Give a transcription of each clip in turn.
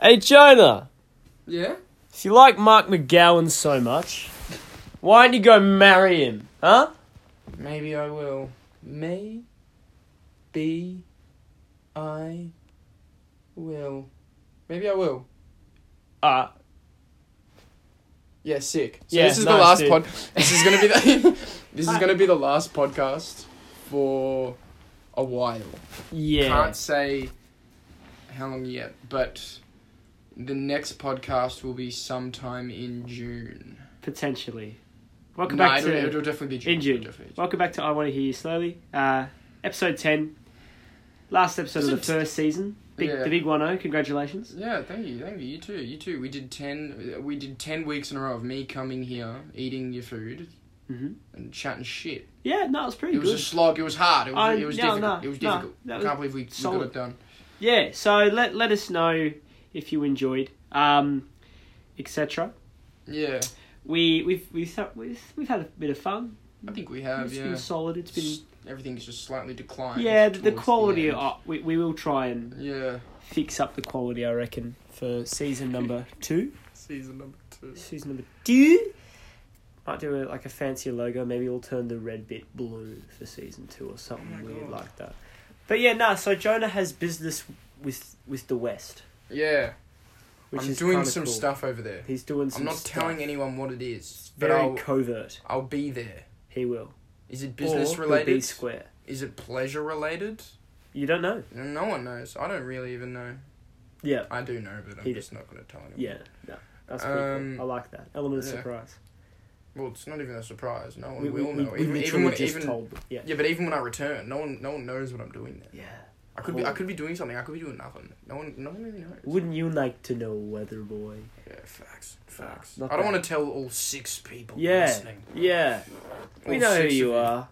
Hey, Jonah, Yeah? if you like Mark McGowan so much, why don't you go marry him? Huh? Maybe I will. May. Be. I. Will. Maybe I will. Uh, Yeah, sick. So Yeah, this is the nice, last dude. pod. This is gonna be the. this is gonna be the last podcast for a while. yeah. Can't say how long yet, but the next podcast will be sometime in June. potentially. Welcome no, back it'll, to it'll definitely be June. in June. It'll definitely be welcome back to I Want to Hear You Slowly, uh, episode ten, last episode of the Episode- first season. Big, Yeah. The big one zero. Congratulations. Yeah, thank you, thank you. You too, you too. We did ten. We did ten weeks in a row of me coming here, eating your food, Mhm. and chatting shit. Yeah, no, it's pretty It was good. a slog. It was hard. It was. I- it was no, difficult. no, it was no, difficult. that I was can't believe we, we got solid. it done. Yeah, so let let us know if you enjoyed, um, etc. Yeah, We we've we've, had- we've we've had a bit of fun. I think we have. it's yeah, been solid. It's been S- everything's just slightly declined. yeah. The, the towards quality, end. uh, we we will try and yeah, fix up the quality. I reckon for season number two. season number two. Season number two. Might do a, like a fancier logo. Maybe we'll turn the red bit blue for season two or something Oh my weird God. like that. But yeah, no. so Jonah has business with with the West, Yeah, which I'm is doing kinda some cool. stuff over there. He's doing some. I'm not stuff. telling anyone what it is, but Very I'll, covert. I'll be there. He will. Is it Or business he'll Be related? square. Is it pleasure related? You don't know. No one knows. I don't really even know. Yeah. I do know, but I'm He just not going to tell anyone. Yeah. No. That's pretty Um, cool. I like that element of yeah. surprise. Well, it's not even a surprise. No one We, we, will we, know. we even, literally even when, just even, told them. Yeah. Yeah, but even when I return, no one, no one knows what I'm doing there. Yeah. I could be, I Cool. could be doing something. I could be doing nothing. No one, no one really knows. Wouldn't you like to know, weather boy? Yeah, facts, facts. Not I don't bad. want to tell all six people Yeah. listening. Yeah. We All know who six you of are.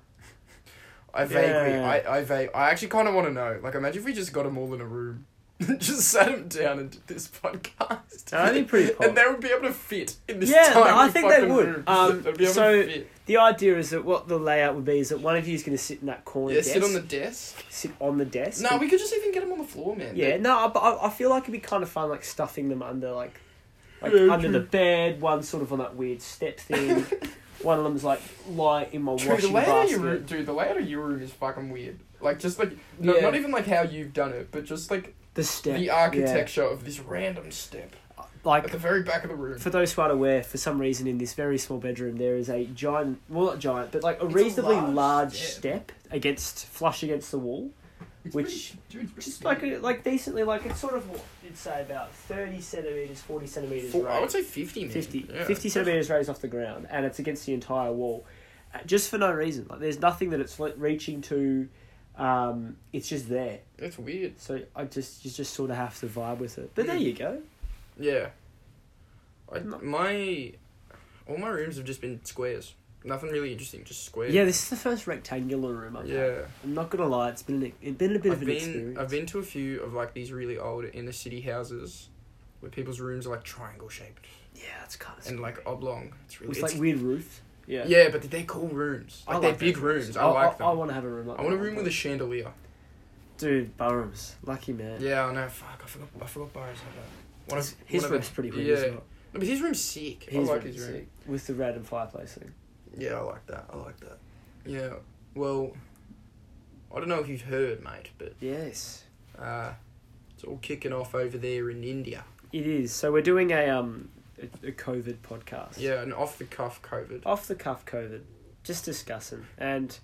I vaguely, Yeah. I, I vague, I actually kind of want to know. Like, imagine if we just got them all in a room, just sat them down and did this podcast. That'd be pretty And pop. they would be able to fit in this Yeah, tiny I think they fucking would. room. Um, They'd be able so- to fit. The idea is that what the layout would be is that one of you is going to sit in that corner Yeah, desk, sit on the desk. sit on the desk. No, and- we could just even get them on the floor, man. yeah, no, I- but I, I feel like it'd be kind of fun, like stuffing them under, like, like Yeah, under true. the bed. One sort of on that weird step thing. one of them's like lie in my Dude, the washing layout of basket. your room, dude, the layout of your room is fucking weird. Like, just like no, Yeah. not even like how you've done it, but just like the step, the yeah. architecture of this random step Like at the very back of the room. For those who aren't aware, for some reason in this very small bedroom there is a giant, well not giant, but like a It's a reasonably large large, step. step against flush against the wall, It's which- pretty- dude, it's which is pretty like big. a, like decently like it's sort of you'd say about thirty centimeters, forty centimeters, Four- I raised, would say fifty. Man. 50, Yeah. 50 centimeters raised off the ground, and it's against the entire wall, uh, just for no reason. Like there's nothing that it's like, reaching to. Um, it's just there, That's weird. so I just you just sort of have to vibe with it. But there you go. Yeah. I, No. my all my rooms have just been squares. Nothing really interesting, just squares. Yeah, this is the first rectangular room I've had. Yeah. I'm not gonna lie, it's been an, it's been a bit I've of an been experience. I've been to a few of like these really old inner city houses where people's rooms are like triangle shaped yeah, it's kind of and like oblong. It's really with it's, like weird roof. Yeah, yeah, but they're cool rooms. I Like, they're like big those rooms. I like them. I, I, want to have a room. Like want a that. room with a chandelier. dude. Burrums, lucky man. Yeah, I know. Fuck, I forgot. I forgot Barry's had that. One His, his one room's pretty weird as yeah. well. No, but his room's sick. His I like room's his room. sick. with the random fireplace thing. Yeah, I like that. I like that. Yeah. Well, I don't know if you've heard, mate, but Yes, uh, it's all kicking off over there in India. it is. So we're doing a um a, a COVID podcast. Yeah, an off the cuff COVID. off the cuff COVID, just discussing and.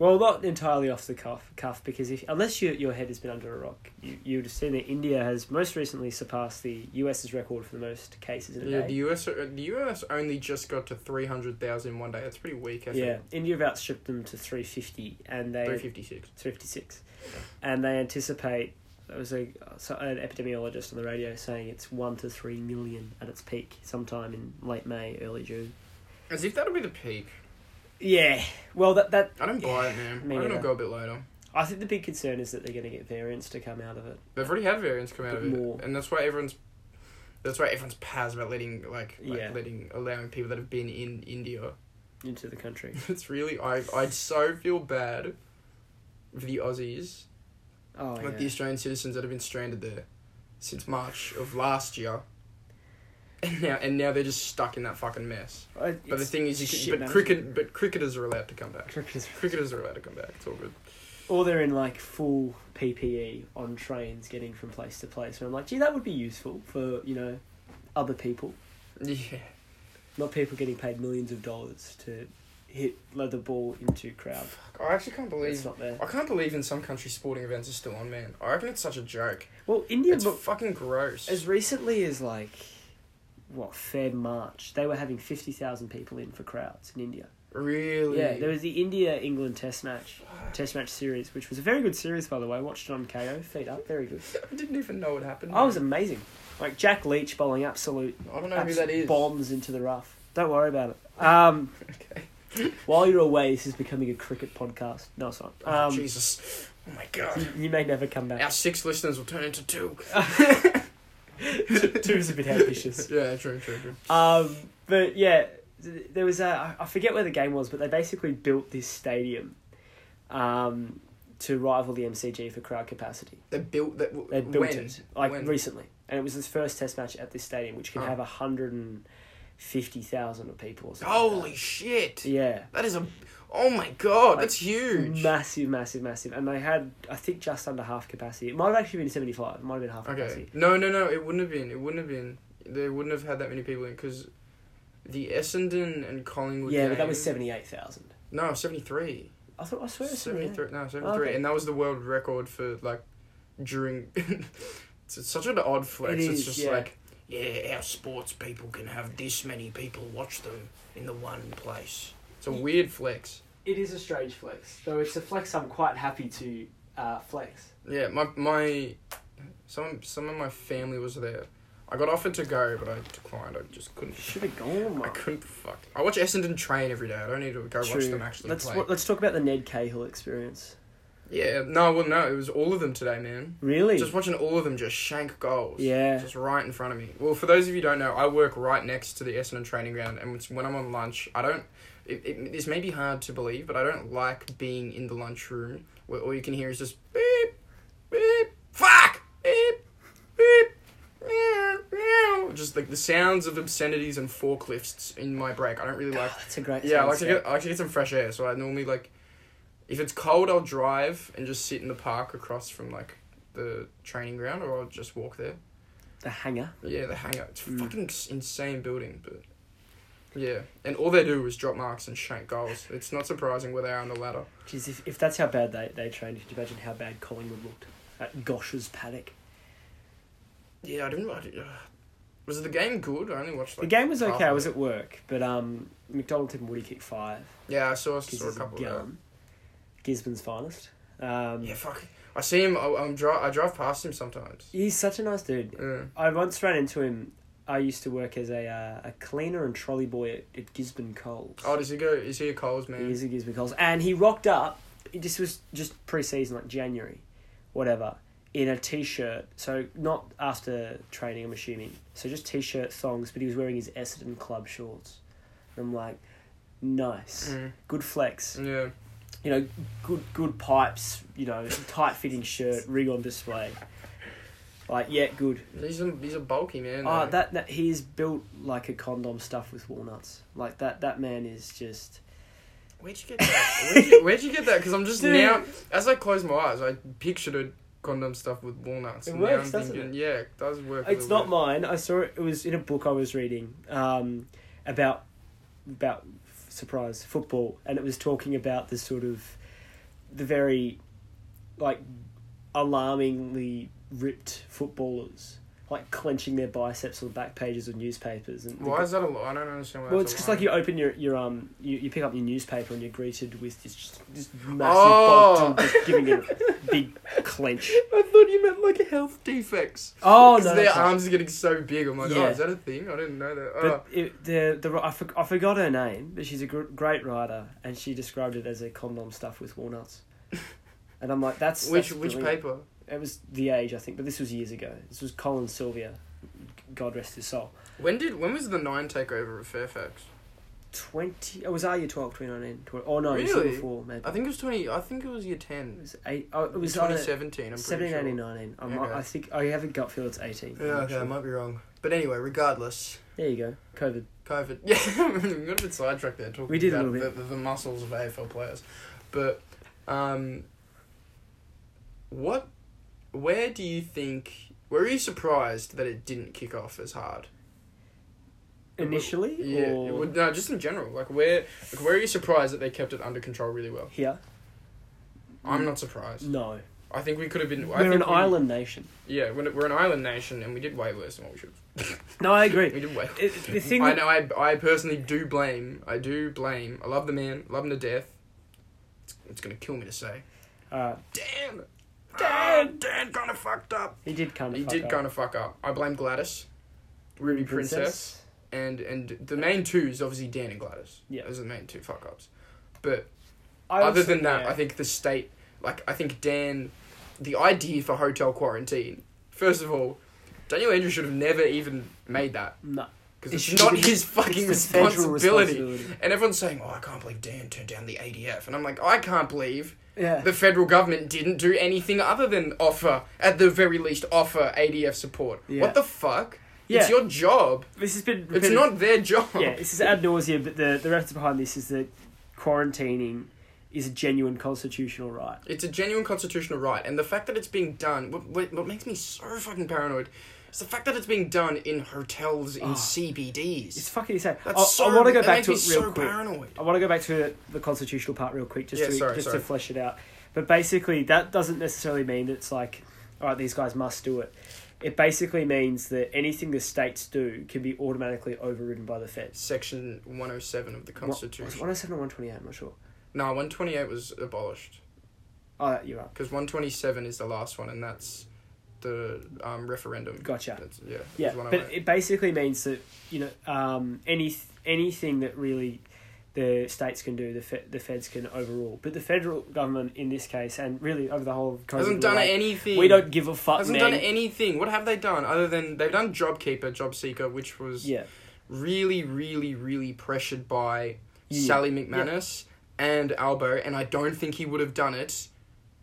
Well, not entirely off the cuff, cuff because if unless your your head has been under a rock, you you would have seen that India has most recently surpassed the US's record for the most cases in a Yeah, day. the US uh, the US only just got to 300,000 in one day. That's pretty weak, I think. Yeah, India have outstripped them to 350, and they 356. 356, and they anticipate there was a so an epidemiologist on the radio saying it's one to three million at its peak sometime in late May, early June. As if that'll be the peak. Yeah, well that that I don't buy it, man. Me I think it'll neither. go a bit later. I think the big concern is that they're going to get variants to come out of it. They've already had variants come out Bit of it, more. and that's why everyone's that's why everyone's pals about letting like, like Yeah. letting allowing people that have been in India. Into the country. It's really I I so feel bad for the Aussies, Oh, like yeah. Oh, the Australian citizens that have been stranded there. since March of last year. And now, and now they're just stuck in that fucking mess. Uh, But the it's thing is, you shit can, but management. cricket, but cricketers are allowed to come back. Cricketers. Cricketers are allowed to come back. It's all good. Or they're in like full PPE on trains getting from place to place. And I'm like, gee, that would be useful for, you know, other people. Yeah. Not people getting paid millions of dollars to hit leather ball into crowd. I actually can't It's believe. not there. I can't believe in some countries sporting events are still on, man. I reckon it's such a joke. Well, India, it's but fucking gross. as recently as like, what, Feb, March, they were having 50,000 people in for crowds in India. really? Yeah, there was the India England Test match, Test match series, which was a very good series, by the way. Watched it on KO, feet up, very good. I didn't even know it happened. I Oh, was amazing. Like Jack Leach bowling absolute I don't know who that is. bombs into the rough. Don't worry about it. Um, Okay. while you're away, this is becoming a cricket podcast. No, it's not. Oh, Um, Jesus. Oh my god. you may never come Our back. six listeners will turn into two. Two is a bit ambitious. yeah, true, true, true. Um, but yeah, th- there was a I forget where the game was, but they basically built this stadium um, to rival the MCG for crowd capacity. They built that. w- They built when? it like when? recently, and it was this first Test match at this stadium, which can Oh. have a hundred and fifty thousand people. Or something like Holy shit. that. yeah. That is a. Oh my god, Like, that's huge. Massive, massive, massive. And they had, I think, just under half capacity. It might have actually been 75. It might have been half Okay. capacity. No, no, no. It wouldn't have been. It wouldn't have been. They wouldn't have had that many people in because the Essendon and Collingwood. yeah, but that was game- 78,000. No, seventy three. I thought, I swear it's 73. 73 no 73 Oh, okay. and that was the world record for like during it's, it's such an odd flex It it's is, just yeah. like yeah our sports people can have this many people watch them in the one place it's a Ye- weird flex It is a strange flex, though it's a flex I'm quite happy to uh, flex. yeah my my some some of my family was there i got offered to go but i declined i just couldn't Should have gone, i Mark. couldn't fuck i watch essendon train every day i don't need to go watch them actually let's, play wa- let's talk about the Ned Cahill experience. yeah no well no it was all of them today man Really? just watching all of them just shank goals yeah. Just right in front of me. Well, for those of you who don't know, I work right next to the Essendon training ground, and it's- when I'm on lunch, I don't. It, it, this may be hard to believe, but I don't like being in the lunchroom where all you can hear is just beep, beep, fuck, beep, beep, meow, meow. Just like the sounds of obscenities and forklifts in my break. I don't really like. Oh, that's a great Yeah, I like to soundscape. get I like to get some fresh air. So I normally like, if it's cold, I'll drive and just sit in the park across from like the training ground, or I'll just walk there. The hangar. Yeah, the hangout. It's a Mm. fucking s- insane building, but yeah, and all they do is drop marks and shank goals. It's not surprising where they are on the ladder. Jeez, if, if that's how bad they, they trained, could you imagine how bad Collingwood looked at Gosh's paddock? Yeah, I didn't. I did was the game good? I only watched like the game was half okay. I of was it. at work, but um, McDonald and Woody kicked five. Yeah, I saw, Because saw a he's a couple of them. gun. Gisborne's finest. Um, Yeah, fuck. I see him. I, I'm dri- I drive past him sometimes. He's such a nice dude. Yeah. I once ran into him. I used to work as a uh, a cleaner and trolley boy at, at Gisborne Coles. Oh, does he go? Is he a Coles man? He is at Gisborne Coles, and he rocked up. This was just pre-season, like January, whatever. In a t-shirt, so not after training, I'm assuming. So just t-shirt thongs, but he was wearing his Essendon club shorts. And I'm like, nice, Mm. good flex. Yeah. you know, good good pipes, you know, tight fitting shirt, rig on display. Like, yeah, good. He's a he's a bulky man. Ah, though. that that he is built like a condom stuffed with walnuts. Like that that man is just Where'd you get that? Where'd you, where'd you get that? Because I'm just Dude. now, as I close my eyes, I pictured a condom stuff with walnuts. It and now works, I'm doesn't thinking, Yeah, it does work. a It's not little bit. mine. I saw it it was in a book I was reading um about about surprise football and it was talking about the sort of the very like alarmingly ripped footballers like clenching their biceps on the back pages of newspapers and the Why is that a lie? I don't understand why Well, it's that's just a lie. like you open your your um you, you pick up your newspaper and you're greeted with this just this massive Oh. bulk and just giving it a big clench. I thought you meant like health defects. Oh 'Cause no, their that's not- arms are getting so big. I'm like, oh, Yeah. is that a thing? I didn't know that. Oh. but it, the the I, for, I forgot her name, but she's a gr- great writer and she described it as a condom stuff with walnuts. And I'm like, that's which that's which brilliant. paper? It was The Age, I think, but this was years ago. This was Colin Sylvia, God rest his soul. When did when was the nine takeover of Fairfax? 20. oh, It was our year 12, 2019. Tw- oh, no, it was Really? year before, maybe. I think it was twenty. I think it was year it ten. was, eight, oh, it was twenty either seventeen. I'm 17, pretty 18, sure. 19. I, might, Okay. I think I have a gut feel it's 18. I'm Yeah, not okay, I sure. might be wrong. But anyway, regardless, There you go. COVID. COVID. Yeah, we got a bit sidetracked there talking We did a about little The, the, the muscles of AFL players. But um, what? Where do you think? Were you surprised that it didn't kick off as hard? It would- Initially? Yeah, it or would- no, just in general. Like where, like where are you surprised that they kept it under control really well? Here? I'm not surprised. No. I think we could have been. I We're think an we- island nation. Yeah, we're we're an island nation, and we did way worse than what we should. No, I Have. We agree. did way. It, the thing I know. I I personally do blame. I do blame. I love the man. Love him to death. It's, it's gonna kill me to say. Uh, Dan. Dan. Dan kind of fucked up. he did kind of He did kind of fuck up. I blame Gladys, Ruby Princess, and and the main two is obviously Dan and Gladys. Yeah. those are the main two fuck ups. But I other also- than that, yeah. I think the state, like, I think Dan, the idea for hotel quarantine, first of all, Daniel Andrews should have never even made that No. because It it's, should not have been- his fucking it's the federal responsibility. responsibility. And everyone's saying, oh, I can't believe Dan turned down the ADF. And I'm like, I can't believe Yeah. the federal government didn't do anything other than offer, at the very least, offer ADF support. Yeah. What the fuck? Yeah. It's your job. this has been. It's not their job. Yeah, this is ad nauseum, but the, the rest behind this is that quarantining is a genuine constitutional right. It's a genuine constitutional right, and the fact that it's being done, what, what, what makes me so fucking paranoid, is the fact that it's being done in hotels in CBDs. Oh. It's fucking insane. That's I, so. I want to go that back makes to me it real so quick. paranoid. I want to go back to the constitutional part real quick, just Yeah, to sorry, just sorry. to flesh it out. But basically, that doesn't necessarily mean it's like, all right, these guys must do it. It basically means that anything the states do can be automatically overridden by the feds. Section one hundred seven of the What- oh was it Constitution. 107 or 128? I'm not sure. no, one twenty eight was abolished Oh, you're right. because one twenty seven is the last one, and that's the um, referendum. Gotcha. That's, yeah. Yeah, it's 108. but it basically means that you know um, any anything that really the states can do, the fe- the feds can overrule. But the federal government in this case, and really over the whole of COVID, hasn't were done like, anything. We don't give a fuck, Hasn't man. done anything. What have they done other than they've done JobKeeper, JobSeeker, which was yeah, really, really, really pressured by Yeah. Sally McManus and Albo, and I don't think he would have done it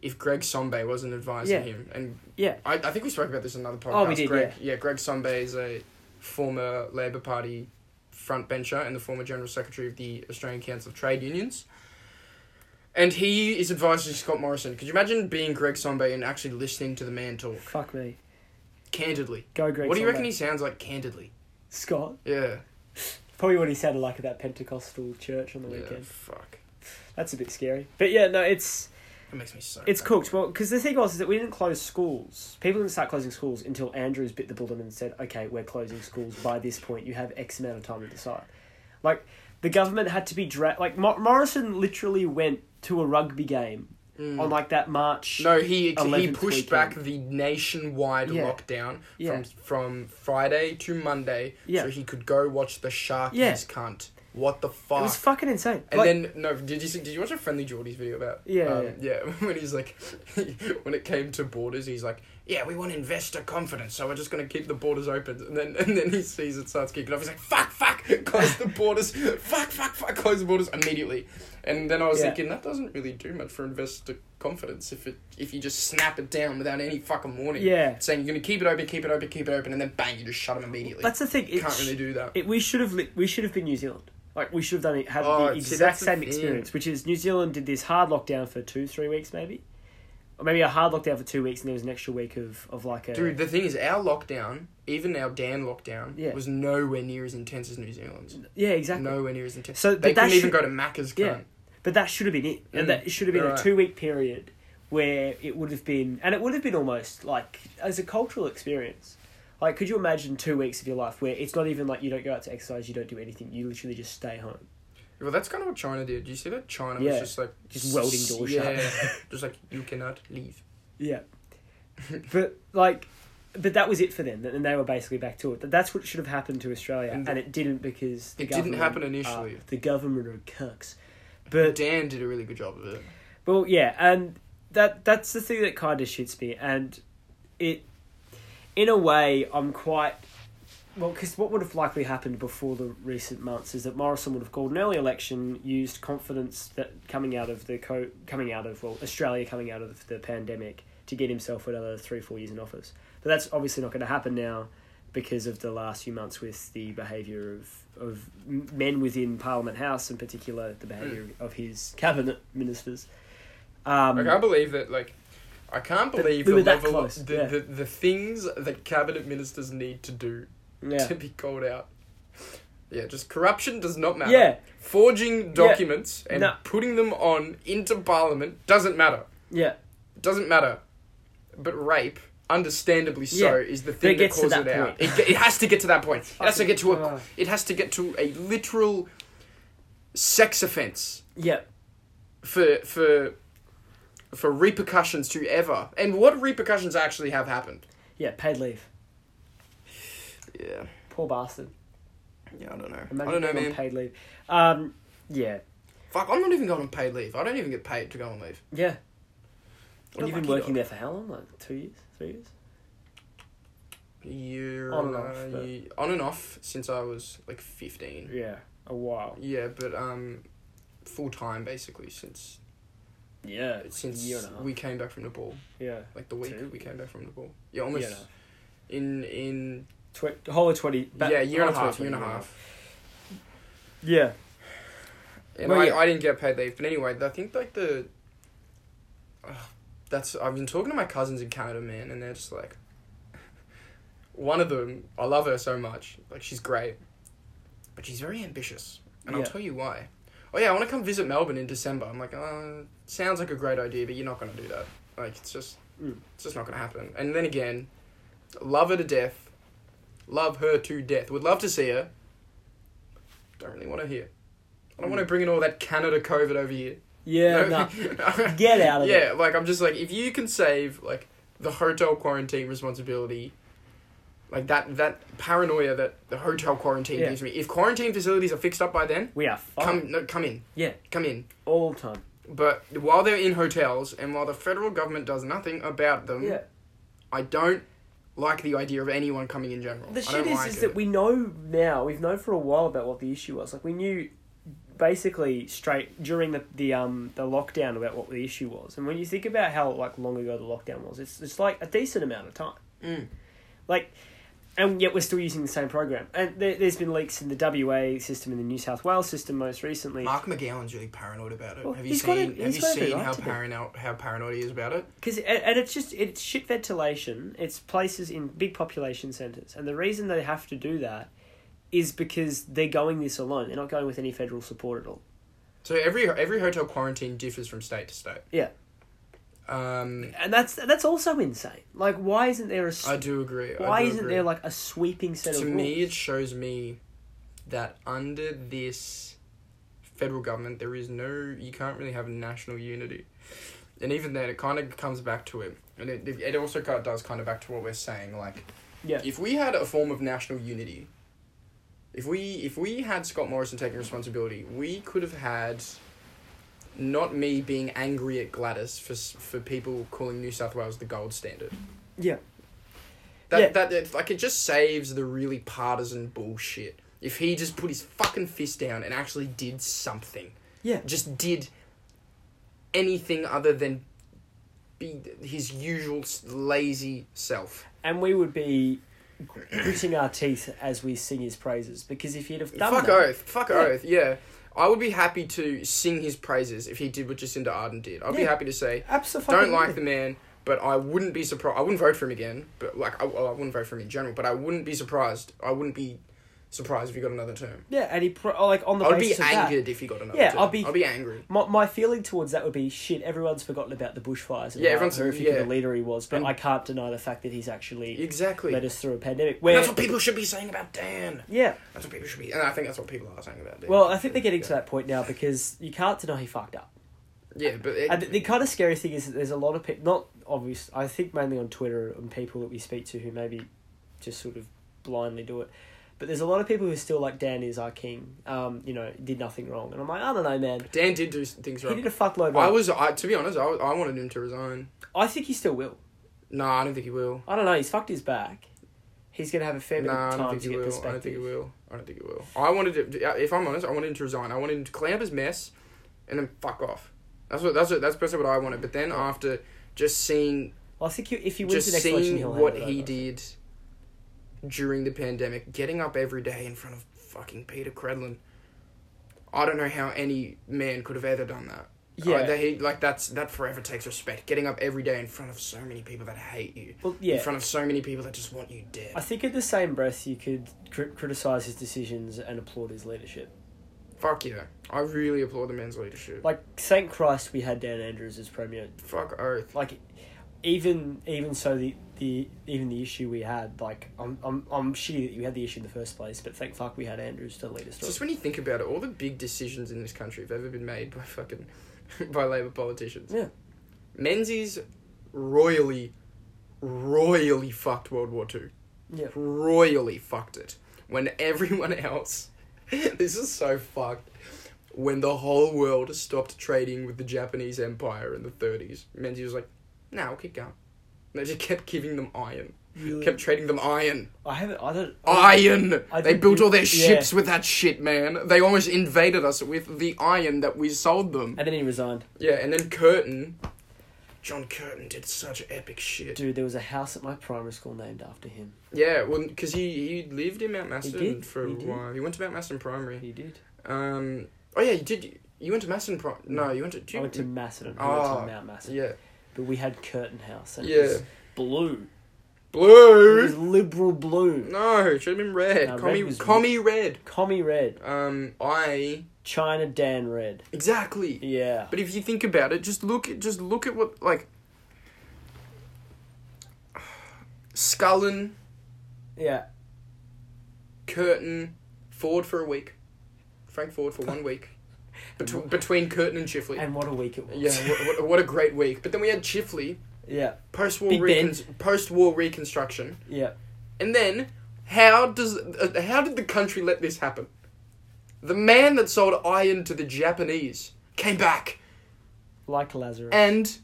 if Greg Sombe wasn't advising Yeah. him. And yeah, I, I think we spoke about this in another podcast. Oh, we did, Greg, yeah. Greg Sombe is a former Labour Party frontbencher and the former General Secretary of the Australian Council of Trade Unions. And he is advising Scott Morrison. Could you imagine being Greg Sombe and actually listening to the man talk fuck me, candidly? go Greg. what do you reckon Sunday. he sounds like candidly? Scott? Yeah. Probably what he sounded like at that Pentecostal church on the Yeah. weekend. Fuck. That's a bit scary. But yeah, no, it's That makes me so. it's mad. cooked. Well, because the thing was is that we didn't close schools. People didn't start closing schools until Andrews bit the bullet and said, "Okay, we're closing schools by this point. You have X amount of time to decide." Like the government had to be dra- like Mo- Morrison literally went to a rugby game on like that March. Mm. No, he he 11th pushed weekend. back the nationwide Yeah. lockdown Yeah. from from Friday to Monday, Yeah. so he could go watch the Sharkies. Yeah. Cunt, what the it fuck? was fucking insane. and Like- then no, did you see, did you watch a Friendly Geordie's video about? Yeah, um, yeah. When he's like, when it came to borders, he's like, yeah, we want investor confidence, so we're just gonna keep the borders open. And then and then he sees it starts kicking off. He's like, fuck, fuck, close the borders, fuck, fuck, fuck, close the borders immediately. And then I was Yeah. thinking that doesn't really do much for investor confidence if it if you just snap it down without any fucking warning. Yeah. saying you're gonna keep it open, keep it open, keep it open, and then bang, you just shut them immediately. that's the thing. you It can't sh- really do that. It, we should have li- we should have been New Zealand. Like we should have done it had Oh, the see, exact that's the same thing. experience, which is New Zealand did this hard lockdown for two three weeks maybe, or maybe a hard lockdown for two weeks and there was an extra week of of like a Dude, the thing is, our lockdown, even our Dan lockdown, Yeah. was nowhere near as intense as New Zealand's. yeah exactly. Nowhere near as intense. So, they but that couldn't even should- go to Macca's. Yeah. cunt. But that should have been it, Mm, and that it should have been you're a right. two week period where it would have been, and it would have been almost like as a cultural experience. Like, could you imagine two weeks of your life where it's not even like you don't go out to exercise, you don't do anything, you literally just stay home? Well, that's kind of what China did. Do you see that China was Yeah. just like Just welding doors shut. yeah, just like you cannot leave. Yeah. but like but that was it for them. And they were basically back to it. But That's what should have happened to Australia And and, it didn't because It didn't government happen are- initially. the government are cucks. But Dan did a really good job of it. well yeah, and that that's the thing that kinda shits me and it in a way I'm quite Well, because what would have likely happened before the recent months is that Morrison would have called an early election, used confidence that coming out of the co- coming out of well Australia coming out of the pandemic to get himself another three four years in office. But that's obviously not going to happen now because of the last few months with the behaviour of of m- men within Parliament House, in particular the behaviour of his cabinet ministers. Um, I can't believe that. Like, I can't That believe we the were that level, close, the, yeah. the the things that cabinet ministers need to do yeah. to be called out. Yeah, just corruption does not matter. Yeah. Forging documents and No. putting them on into parliament doesn't matter. yeah. Doesn't matter. But rape, understandably so, is the thing it that gets to calls that it out. point. It, ge- it has to get to that point. It has to Fucking- get to a. ugh. It has to get to a literal sex offense Yeah. for for for repercussions to ever and what repercussions actually have happened. Yeah. Paid leave. Yeah, Poor bastard. yeah, I don't know. Imagine I don't know, being on man. paid leave. Um, yeah, Fuck, I'm not even going on paid leave. I don't even get paid to go on leave. yeah. What a You've been lucky working dog. there for how long? Like two years, three years? Year, On and off, but- ye- on and off since I was like 15. Yeah, a while. Yeah, but um, full time basically since Yeah, it's since a year and a half. we came back from Nepal, yeah, like the week Two? we came back from Nepal. Yeah, year and almost a half. in in Tw- whole of twenty. ba- yeah year whole and a of half, year 20, and a half. Yeah, And Well, I, yeah. I didn't get paid leave, but anyway, I think like the. Ugh, that's I've been talking to my cousins in Canada, man, and they're just like. One of them, I love her so much. Like she's great, but she's very ambitious, and Yeah. I'll tell you why. Oh yeah, I want to come visit Melbourne in December. I'm like, uh, sounds like a great idea, but you're not gonna do that. Like it's just, Mm. it's just not gonna happen. And then again, love her to death, love her to death. Would love to see her. Don't really want to hear. I don't want Mm. to bring in all that Canada COVID over here. yeah. No. nah. Get out of yeah, like I'm just like if you can save like the hotel quarantine responsibility, like that that paranoia that the hotel quarantine Yeah. gives me. If quarantine facilities are fixed up by then, We are fucked come no, come in, Yeah. come in. all the time. But while they're in hotels and while the federal government does nothing about them, Yeah, I don't like the idea of anyone coming in general. the I shit don't is, like is it. that we know now. We've known for a while about what the issue was. Like we knew basically straight during the the um the lockdown about what the issue was. And when you think about how like long ago the lockdown was, it's it's like a decent amount of time. Mm. Like, and yet we're still using the same program. And there, there's been leaks in the WA system and the New South Wales system most recently. Mark McGowan's really paranoid about it. Well, have you he's got seen? it- have he's you got every seen right how to be. paranoid how paranoid he is about it? Because and, and it's just it's shit ventilation. It's places in big population centres, and the reason they have to do that is because they're going this alone. They're not going with any federal support at all. So every every hotel quarantine differs from state to state. Yeah. Um, And that's that's also insane. Like, why isn't there a s- I do agree. I why do isn't agree. there like a sweeping set to of me? rules? It shows me that under this federal government, there is no you can't really have national unity, and even then, it kind of comes back to it, and it it also kind of does kind of back to what we're saying. Like, Yeah. if we had a form of national unity, if we if we had Scott Morrison taking responsibility, we could have had. Not me being angry at Gladys for s- for people calling New South Wales the gold standard. Yeah. That, Yeah. that that like it just saves the really partisan bullshit. If he just put his fucking fist down and actually did something, Yeah. just did anything other than be his usual s- lazy self. And we would be gritting our teeth as we sing his praises because if he'd have done fuck that, oath, fuck Yeah. oath. Yeah, I would be happy to sing his praises if he did what Jacinda Arden did. I'd be Yeah. happy to say absolutely don't like the man, but I wouldn't be surprised. I wouldn't vote for him again, but like I, well, I wouldn't vote for him in general. But I wouldn't be surprised. I wouldn't be surprised if he got another term. Yeah, and he pro- like on the I would be basis of that. angered if he got another. Yeah, term. I'll be- I'll be angry. My, my feeling towards that would be shit. Everyone's forgotten about the bushfires and Yeah, how everyone's- horrific yeah. of a leader he was, but And- I can't deny the fact that he's actually Exactly. led us through a pandemic. And Where that's what people should be saying about Dan. yeah, That's what people should be, and I think that's what people are saying about Dan. well, I think they're getting yeah. to that point now because you can't deny he fucked up. Yeah, but it, And the, the kind of scary thing is that there's a lot of people, not obvious, I think mainly on Twitter and people that we speak to who maybe just sort of blindly do it. But there's a lot of people who are still like Dan is our king. Um, you know, did nothing wrong, and I'm like, I don't know, man. Dan did do some things He wrong. did a fuckload I wrong. was, I, to be honest, I, was, I wanted him to resign. I think he still will. No, I don't think he will. I don't know. He's fucked his back. he's going to have a fair bit No, I of don't time think to he get will. I perspective. don't think he will. I don't think he will. I wanted to. If I'm honest, I wanted him to resign. I wanted him to clean up his mess, and then fuck off. That's what. That's what. That's basically what I wanted. But then after just seeing, Well, I think you, if he wins just the next election, seeing he'll what handle he that. did during the pandemic, getting up every day in front of fucking Peter Credlin. I don't know how any man could have ever done that. Yeah. Like, that he, like that's that forever takes respect. Getting up every day in front of so many people that hate you, Well, yeah. in front of so many people that just want you dead. I think at the same breath, you could cri- criticize his decisions and applaud his leadership. Fuck yeah. I really applaud the man's leadership. Like thank Christ, we had Dan Andrews as premier. Fuck Earth. Like, even even so, the, the even the issue we had, like I'm I'm I'm shitty that you had the issue in the first place, but thank fuck we had Andrews to lead us through. Just when you think about it, all the big decisions in this country have ever been made by fucking by Labour politicians. Yeah. Menzies royally, royally fucked World War Two. Yeah. Royally fucked it. When everyone else this is so fucked. When the whole world stopped trading with the Japanese Empire in the thirties, Menzies was like, No, we'll keep going. And they just kept giving them iron. Really? Kept trading them iron. I haven't. I don't. Oh, I, iron. I they think built you- all their yeah. ships with that shit, man. They almost invaded us with the iron that we sold them. and then he resigned. Yeah, and then Curtin, John Curtin did such epic shit. Dude, there was a house at my primary school named after him. Yeah, well, because he he lived in Mount Maston did, for a he did. while. He went to Mount Maston Primary. He did. Um, oh yeah, you did. You went to Maston Prim. No, you went to. I did you- went to Macedon. I went Ah, to Mount Macedon. yeah, But we had Curtain House. And It yeah. was blue. It was Blue. liberal blue. No, it should have been red. No, commie, red was- commie red. Commie red. Um, I China Dan red. exactly. Yeah. But if you think about it, just look at just look at what like Scullin, Yeah. Curtin, Ford for a week, Frank Ford for one week, Bet- between Curtin and Chifley. And what a week it was. yeah, what, what, what a great week! But then we had Chifley yeah. post-war Big Ben. recon- post-war reconstruction, Yeah. and then how does uh, how did the country let this happen? The man that sold iron to the Japanese came back Like Lazarus. and.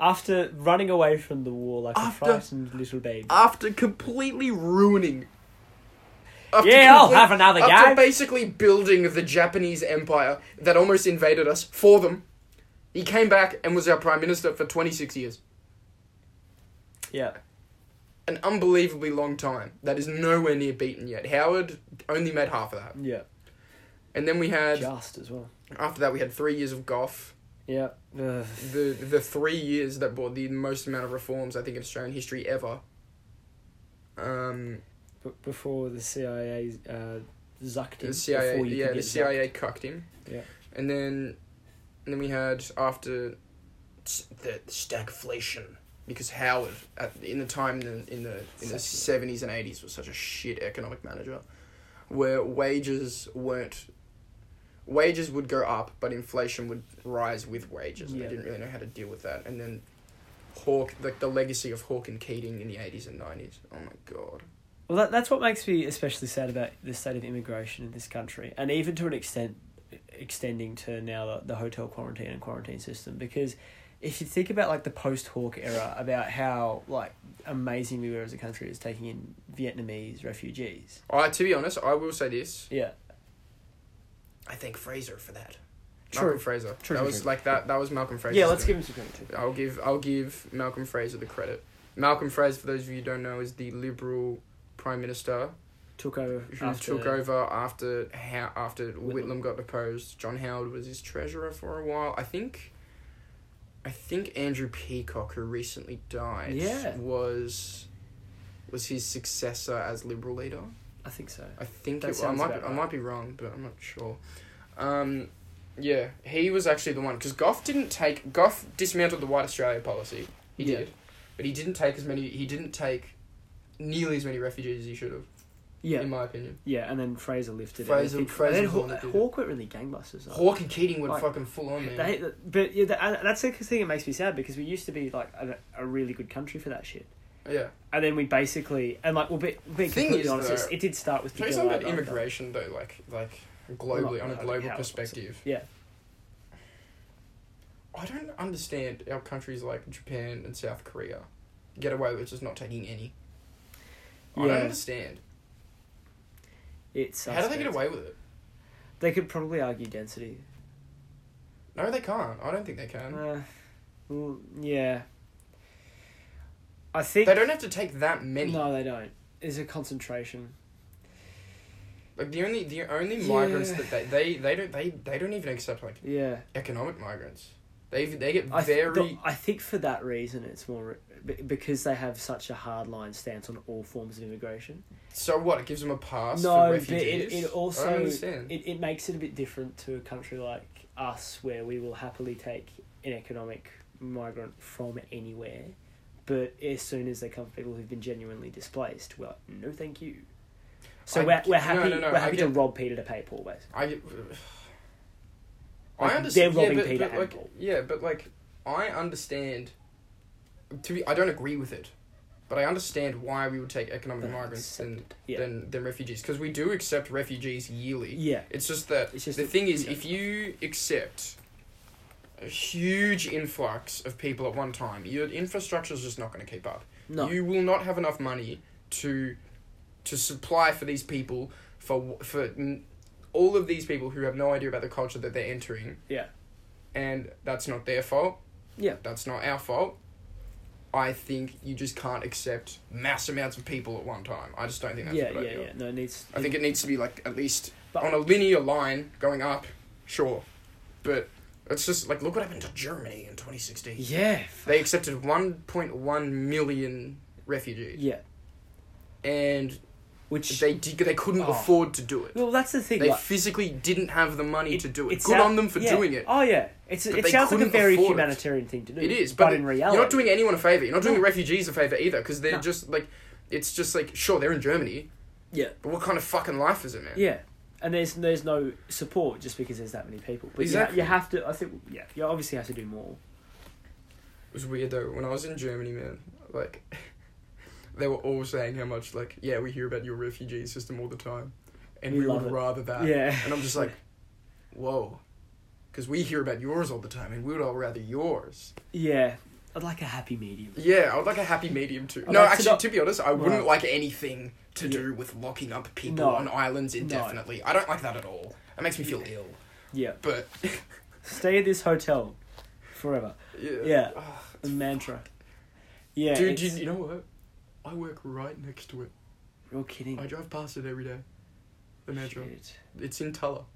After running away from the war like After- a frightened little baby. after completely ruining. after Yeah, I'll complete- have another after go. basically building the Japanese empire that almost invaded us for them, he came back and was our prime minister for 26 years. yeah. An unbelievably long time that is nowhere near beaten yet. Howard only made half of that. Yeah. And then we had, Just as well. after that, we had three years of Gough. Yeah. Ugh. The, the three years that brought the most amount of reforms, I think, in Australian history ever. Um, B- before the CIA uh, zucked him. the CIA, before you yeah, could the get CIA cucked him. Yeah. And then, and then we had after s- the stagflation because Howard at in the time in the in the in the Such- seventies and eighties was such a shit economic manager, where wages weren't. Wages would go up, but inflation would rise with wages. And Yeah. They didn't really know how to deal with that. And then, Hawke, like the legacy of Hawke and Keating in the eighties and nineties. Oh my god. Well, that, that's what makes me especially sad about the state of immigration in this country, and even to an extent, extending to now the, the hotel quarantine and quarantine system. Because if you think about like the post Hawk era, about how like amazing we were as a country as taking in Vietnamese refugees. I to be honest, I will say this. Yeah, I thank Fraser for that. True. Malcolm Fraser. True, that true, was true. like that. That was Malcolm Fraser. yeah. Let's give him some credit. Too. I'll give I'll give Malcolm Fraser the credit. Malcolm Fraser, for those of you who don't know, is the Liberal Prime Minister Took over who after took over after how after Whitlam. Whitlam. got deposed. John Howard was his treasurer for a while. I think. I think Andrew Peacock, who recently died, Yeah. was was his successor as Liberal leader. I think so. I think That it, I sounds might be, about I right. might be wrong, but I'm not sure. Um, yeah, he was actually the one because Gough didn't take Gough dismantled the White Australia policy. He Yeah. did, but he didn't take as many. He didn't take nearly as many refugees as he should have, Yeah, in my opinion. yeah, and then Fraser lifted Fraser- it. and I think- Fraser and was the one that then did Haw- it. Hawke went really gangbusters. though. Hawke and Keating went Like, fucking full on, man. They, but yeah, that, and that's the thing that makes me sad because we used to be like a, a really good country for that shit, yeah. and then we basically and like we'll be being Thing completely is, honest, though- it's- it did start with Tell you Miguel something about Aranda. immigration though, like like globally on a Well, global how- perspective. yeah. I don't understand how countries like Japan and South Korea get away with just not taking any. I Yeah. don't understand. It's How do they get suspect. away with it? They could probably argue density. No, they can't. I don't think they can. Uh, well, yeah. I think They don't have to take that many. No, they don't. It's a concentration. Like the only the only migrants Yeah. that they, they they don't they they don't even accept like Yeah. economic migrants. They they get I, th- very th- I think for that reason it's more be- because they have such a hardline stance on all forms of immigration. so what it gives them a pass. No, for but it, refugees? it I don't also understand. it, it makes it a bit different to a country like us where we will happily take an economic migrant from anywhere, but as soon as they come from people who've been genuinely displaced, well, no, thank you. So I we're, g- we're no, happy no, no, we're I happy to get- rob Peter to pay Paul, basically. I get. Like, I understand. they're robbing yeah, but, Peter but, and like, Paul. yeah, but like I understand. To be, I don't agree with it, but I understand why we would take economic But migrants than, accepted. yeah. than than refugees because we do accept refugees yearly. yeah. It's just that It's just the that- thing is, yeah. if you accept a huge influx of people at one time, your infrastructure is just not going to keep up. No. You will not have enough money to to supply for these people for for n- all of these people who have no idea about the culture that they're entering. Yeah. And that's not their fault. Yeah. That's not our fault. I think you just can't accept mass amounts of people at one time. I just don't think that's yeah, a yeah, good idea. yeah. No, it needs I think it needs to be like at least But- on a linear line going up, sure. But it's just like look what happened to Germany in 2016. Yeah. They accepted 1.1 million refugees, Yeah. and Which they di- they couldn't Oh. afford to do it. Well, that's the thing. They like- physically didn't have the money to do it. Good sou- on them for yeah. doing it. Oh yeah, it's, But it they sounds like a couldn't very afford it. humanitarian thing to do. It is, but, in reality, you're not doing anyone a favor. You're not doing No. the refugees a favor either, because they're No. just like, it's just like, sure, they're in Germany, Yeah, but what kind of fucking life is it, man? yeah, and there's there's no support just because there's that many people. But Exactly. you, ha- you have to. I think yeah, you obviously have to do more. It was weird though. When I was in Germany, man, like they were all saying how much like yeah we hear about your refugee system all the time, and We we, would love it. rather that. Yeah. And I'm just like, whoa, because we hear about yours all the time, and we would all rather yours. Yeah, I'd like a happy medium. Yeah, I would like a happy medium too. I'd no, like to actually, to, not- be honest, I wouldn't Right. like anything to Yeah. do with locking up people No. on islands indefinitely. I don't like that at all. It makes me feel ill. Yeah, But stay at this hotel forever. yeah, Yeah. Ugh. The mantra. Yeah, Ah. dude, you, it's- you know what? I work right next to it. you're kidding. I drive past it every day. The metro. Shit. It's in Tulla.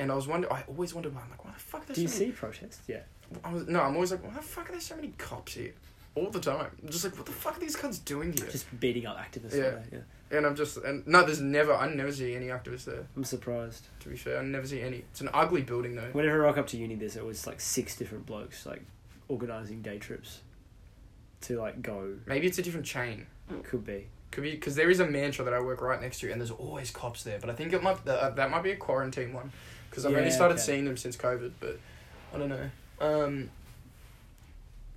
And I was wonder. I always wondered why. I'm like, why the fuck? Are there Do you so see protests? Yeah. Many- I was, no, I'm always like, why the fuck are there so many cops here? All the time. I'm just like, what the fuck are these cunts doing here? Just beating up activists. Yeah. Yeah. yeah. and I'm just, and no, there's never. I never see any activists there. I'm surprised. To be fair, I never see any. It's an ugly building though. Whenever I rock up to uni, there's always like six different blokes like organising day trips to like go. Maybe it's a different chain. Could be. Could be because there is a mantra that I work right next to, and there's always cops there. But I think it might uh, that might be a quarantine one, because I've only Yeah, started okay. seeing them since COVID. But I don't know. Um,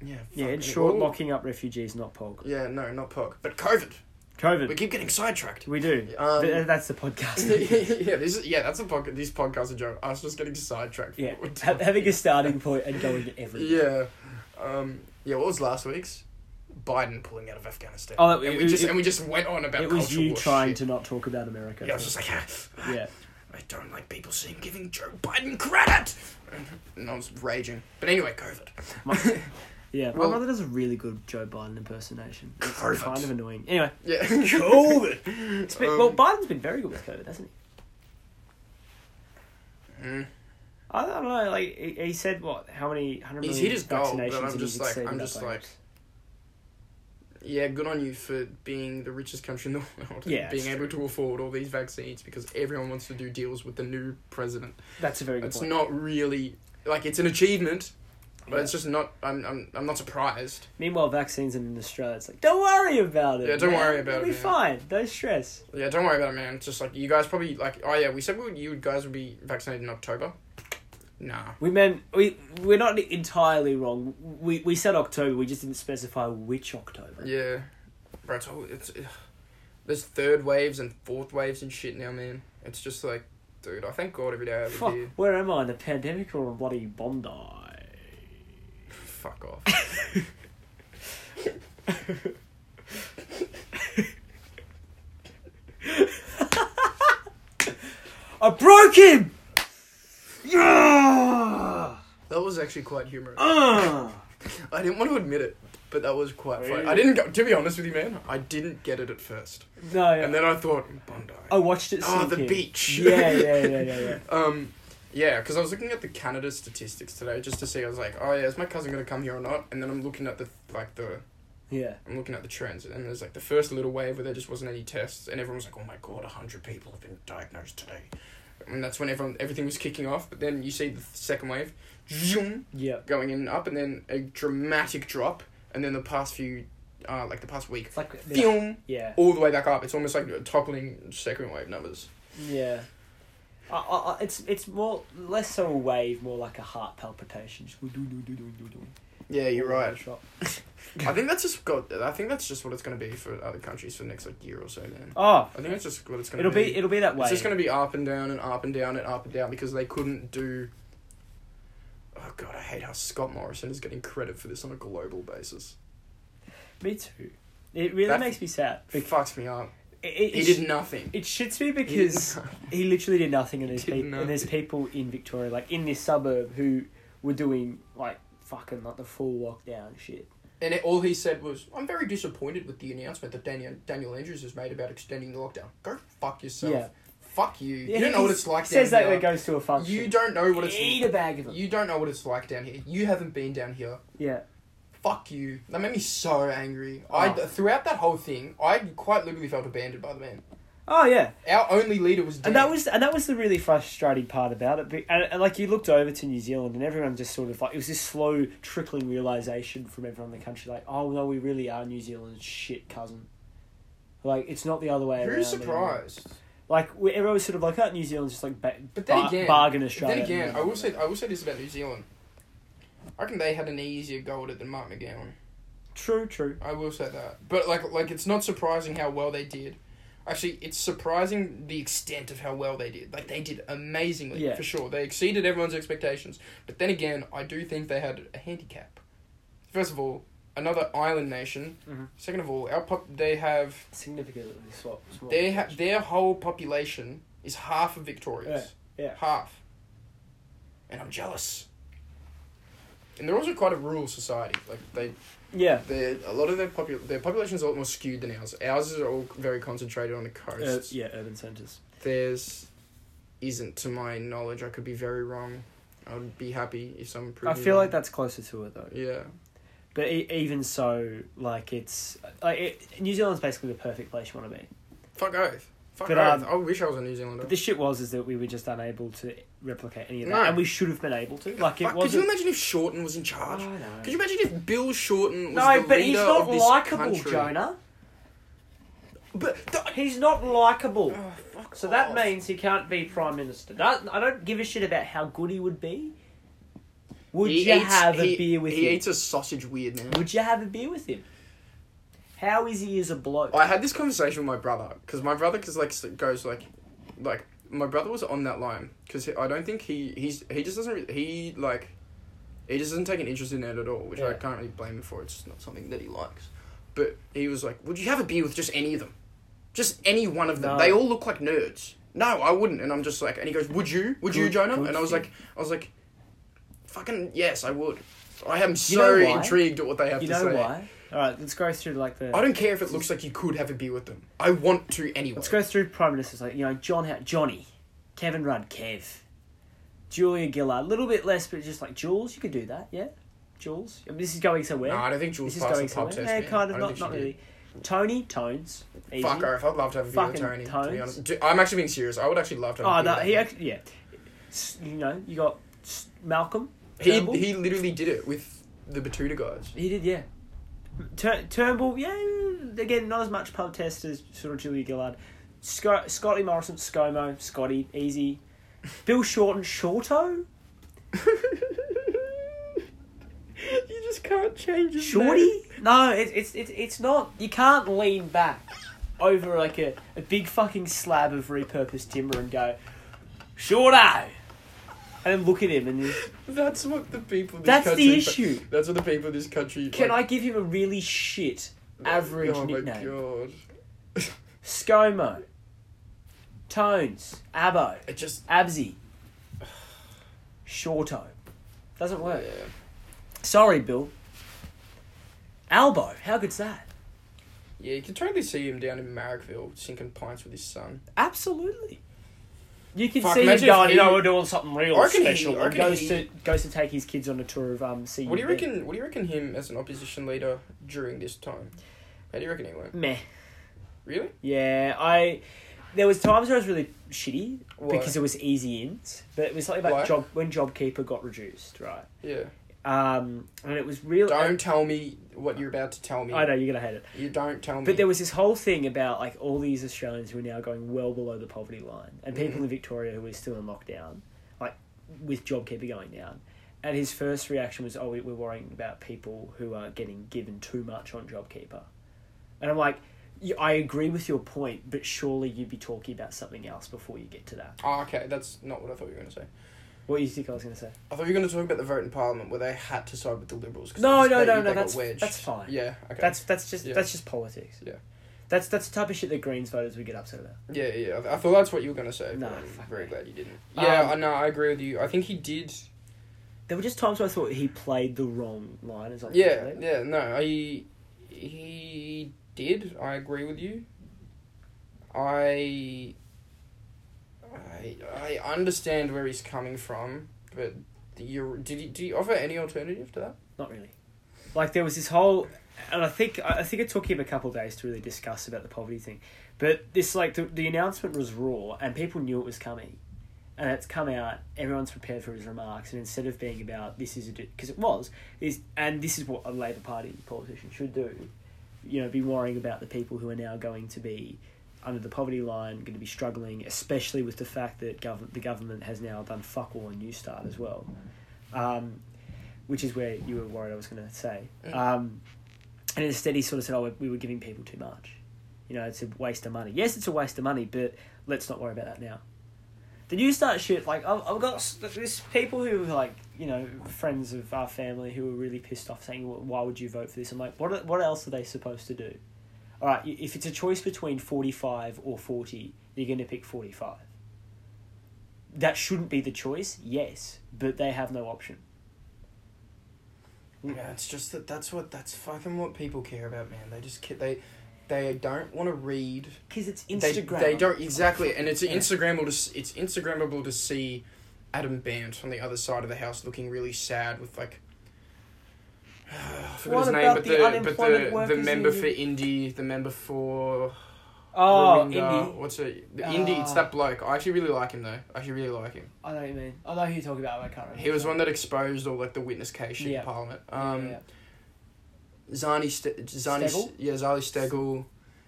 yeah. Yeah, fuck in it. short, Well, locking up refugees, not polk. Yeah, no, not POC, but COVID. We COVID. keep getting sidetracked. We do. Um, Th- that's the podcast. yeah, this is, yeah, that's a podcast. These podcasts are joke. I was just getting sidetracked. yeah. What Ha- the- having a starting point and going to every. yeah, um, yeah. What was last week's? Biden pulling out of Afghanistan. Oh, it- and we it- just it- and we just went on about It was culture you war trying shit. to not talk about America. Yeah, I was just like, "Ah, Yeah. I don't like people seeing giving Joe Biden credit, and I was raging. But anyway, COVID. Yeah. Well- My mother does a really good Joe Biden impersonation. It's COVID. kind of annoying. Anyway, Yeah, COVID. It's been, Um, well, Biden's been very good with COVID, hasn't he? Mm. I don't know. Like he, he said, what? How many hundred He's million hit his goal, but vaccinations? I'm and just he's like- exceeded I'm that just by like- apes. Yeah, good on you for being the richest country in the world. and Yeah, being that's able to afford all these vaccines because everyone wants to do deals with the new president. that's a very good It's point. not really like it's an achievement, but it's Yeah. just not. I'm I'm I'm not surprised. Meanwhile, vaccines in Australia, it's like, don't worry about it. Yeah, don't man. worry about It'll it, Be man." fine. Don't stress. Yeah, don't worry about it, man. It's just like you guys probably like. Oh yeah, we said we would, you guys would be vaccinated in October. Nah. We meant we we're not entirely wrong. We we said October. We just didn't specify which October. Yeah, bro. It's all, it's ugh. there's third waves and fourth waves and shit now, man. It's just like, dude. I thank God every day I live Fuck, here. where am I? In a pandemic or a bloody Bondi? Fuck off. I broke him! Yeah! That was actually quite humorous. Uh! I didn't want to admit it, but that was quite funny. Really? I didn't go, to be honest with you, man, I didn't get it at first. No, yeah. And then I thought, Bondi. I watched it. Oh, sink the in. beach. Yeah, yeah, yeah, yeah, yeah. Um, yeah, because I was looking at the Canada statistics today just to see. I was like, oh yeah, is my cousin gonna come here or not? And then I'm looking at the like the Yeah. I'm looking at the trends, and there's like the first little wave where there just wasn't any tests, and everyone was like, oh my god, hundred people have been diagnosed today, and that's when everyone everything was kicking off. But then you see the second wave, zoom, Yeah. going in and up, and then a dramatic drop, and then the past few, uh, like the past week, It's like boom, yeah, all the way back up. It's almost like toppling second wave numbers. yeah. I, I, I- it's it's more less so a wave, more like a heart palpitation. Just Yeah, you're right. Drop. I think that's just got. I think that's just what it's going to be for other countries for the next like year or so, man. Oh, I think that's just what it's going to it'll be. be it'll be that it's wave. just going to be up and down and up and down and up and down because they couldn't do. Oh god, I hate how Scott Morrison is getting credit for this on a global basis. Me too. It really That- makes me sad. It Because fucks me up. it, it, He it, did nothing. it shits me He did because nothing. he literally did nothing, and there's did people and there's people in Victoria, like in this suburb, who were doing like fucking like the full lockdown shit. and it, all he said was, "I'm very disappointed with the announcement that Daniel Daniel Andrews has made about extending the lockdown. Go fuck yourself. Yeah. Fuck you. Yeah, you don't know he what it's like. Says down that when here. it goes to a function. You don't know what it's. eat a bag of them. You don't know what it's like down here. You haven't been down here. yeah. Fuck you. That made me so angry. I Oh. throughout that whole thing, I quite literally felt abandoned by the man. Oh yeah. Our only leader was dead. And that was and that was the really frustrating part about it. But, and, and like you looked over to New Zealand, and everyone just sort of like it was this slow trickling realization from everyone in the country, like, oh no, we really are New Zealand's shit cousin. Like it's not the other way around. Who's anymore. surprised? Like we, everyone was sort of like, oh, New Zealand's just like ba- But then bar- again, bargain Australia. then again, I will say I will say this about New Zealand. I reckon they had an easier go at it than Mark McGowan. true, true. I will say that. But like like it's not surprising how well they did. Actually, it's surprising the extent of how well they did. Like they did amazingly Yeah. for sure. They exceeded everyone's expectations. But then again, I do think they had a handicap. First of all, another island nation. Mhm. Second of all, our pop they have Significantly swap. swap. they ha- their whole population is half of Victoria's. Yeah, yeah. Half. And I'm jealous. And they're also quite a rural society. Like they yeah. they're, a lot of their popu- their population's a lot more skewed than ours. Ours is all very concentrated on the Uh, coast. yeah, urban centres. Theirs isn't, to my knowledge. I could be very wrong. I would be happy if someone I proved me feel like wrong. that's closer to it though. Yeah, But e- even so, like it's like it, New Zealand's basically the perfect place you want to be. fuck oath. Fuck But, oath. um, I wish I was a New Zealander. But the shit was is that we were just unable to replicate any of that, No. and we should have been able to. Like Fuck, it could you wasn't. imagine if Shorten was in I charge? know. Could you imagine if Bill Shorten was No, the but leader he's not of this likable, country? Jonah. But the- He's not likable. oh, fuck So that off. means he can't be prime minister. That, I don't give a shit about how good he would be. Would He you eats- have a he- beer with He him? eats a sausage weird now. Would you have a beer with him? How is he as a bloke? I had this conversation with my brother because my brother cause like s- goes like, like my brother was on that line because I don't think he he's he just doesn't re- he like, he just doesn't take an interest in it at all, which I Yeah. can't really blame him for. It's just not something that he likes. But he was like, "Would you have a beer with just any of them? Just any one of them? No. They all look like nerds." No, I wouldn't. And I'm just like, and he goes, "Would you? Would you, Good- Jonah?" good And I was thing. like, I was like, "Fucking yes, I would." I am You so know why? intrigued at what they have you to know say. why? All right, let's go through like the. I don't care if it looks like you could have a beer with them. I want to anyway. Let's go through prime ministers like you know John How- Johnny, Kevin Rudd, Kev, Julia Gillard. A little bit less, but just like Jules, you could do that, yeah. Jules, I mean, this is going somewhere. No, I don't think Jules this is passed the going somewhere. pub test. yeah, man. kind of I don't not, think not she did. really. Tony Tones, easy. Fuck her. If I'd love to have a beer with Fucking Tony. To be tones. honest. Do- I'm actually being serious. I would actually love to. Have Oh, a beer that, with he that actually yeah. S- You know, you got S- Malcolm. man. Turnbull. he he literally did it with the Batuta guys. He did, yeah. Tur- Turnbull, yeah. Again, not as much pub test as sort of Julia Gillard. Sco- Scotty Morrison, ScoMo, Scotty, easy. Bill Shorten, Shorto, you just can't change his Shorty. No, it's it's it's it's not. You can't lean back over like a, a big fucking slab of repurposed timber and go, Shorto, and then look at him and just, That's what the people. Of this That's the country, issue. That's what the people of this country. can like, I give him a really shit average oh nickname? my god. ScoMo, Tones, Abbo, It just Abzi, Shorto. Doesn't work. yeah. Sorry, Bill. Albo, how good's that? Yeah, you can totally see him down in Marrickville sinking pints with his son. Absolutely. You can Fuck, see him imagine if going, you he- know, we're doing something real I reckon he- special. I and reckon goes, he- to, goes to take his kids on a tour of um, CUB. What do you reckon? What do you reckon him as an opposition leader during this time? How do you reckon he went? Meh. Really? Yeah, I. There was times where I was really shitty Why? because it was easy ins, but it was like about Why? job when JobKeeper got reduced, right? Yeah. Um, and it was real. Don't tell me what you're about to tell me. I know you're gonna hate it, You don't tell me. but there was this whole thing about like all these Australians who are now going well below the poverty line, and people Mm. in Victoria who are still in lockdown, like with JobKeeper going down. And his first reaction was, "Oh, we- we're worrying about people who are getting given too much on JobKeeper," and I'm like. "You- I agree with your point, but surely you'd be talking about something else before you get to that. Ah, okay, that's not what I thought you were going to say. What do you think I was going to say? I thought you were going to talk about the vote in Parliament where they had to side with the Liberals. 'cause No, they- no, they- no, they no, got that's- wedged. that's fine. Yeah, okay. That's that's just Yeah. that's just politics. Yeah. That's that's the type of shit that Greens voters would get upset about. yeah, yeah. I, I thought that's what you were going to say. No, but I'm fuck very me. glad you didn't. Um, Yeah, I no, I agree with you. I think he did. There were just times where I thought he played the wrong line as Yeah, yeah, no, he he did. I agree with you. I I I understand where he's coming from, but you did he, did he offer any alternative to that? Not really. Like there was this whole, and I think I I think it took him a couple of days to really discuss about the poverty thing, but this like the, the announcement was raw and people knew it was coming, and it's come out. Everyone's prepared for his remarks, and instead of being about this is because it was is and this is what a Labor Party politician should do, you know, be worrying about the people who are now going to be under the poverty line, going to be struggling, especially with the fact that gov- the government has now done fuck all on New Start as well. Um, which is where you were worried I was going to say. Mm. Um, and instead, he sort of said, "Oh, we- we were giving people too much. You know, it's a waste of money. Yes, it's a waste of money, but let's not worry about that now." The new start shit, like I've, I've got s- this people who are like you know friends of our family who are really pissed off saying, "Wh- "Why would you vote for this?" I'm like, "What? What else are they supposed to do?" All right, y- if it's a choice between forty five or forty, you're going to pick forty five. That shouldn't be the choice, yes, but they have no option. Yeah, it's just that that's what that's fucking what people care about, man. They just ca- they they don't want to read. Because it's They- Instagram. They, don't exactly, and it's Yeah. Instagrammable. To, s- it's Instagrammable to see Adam Bant on the other side of the house looking really sad with like. I forgot What his name, about but the the, but unemployment the, the workers member for union? Indy, the member for Oh, Warringah, Indy. what's it? The Indy, it's Ah. that bloke. I actually really like him though. I actually really like him. I know what you mean. I know who you're talking about. but I can't remember. He was one that exposed all like the witness case shit Yeah. in Parliament. Yeah, Um, yeah. Zani, Ste- Zani, Stegall? yeah, Zali Stegall.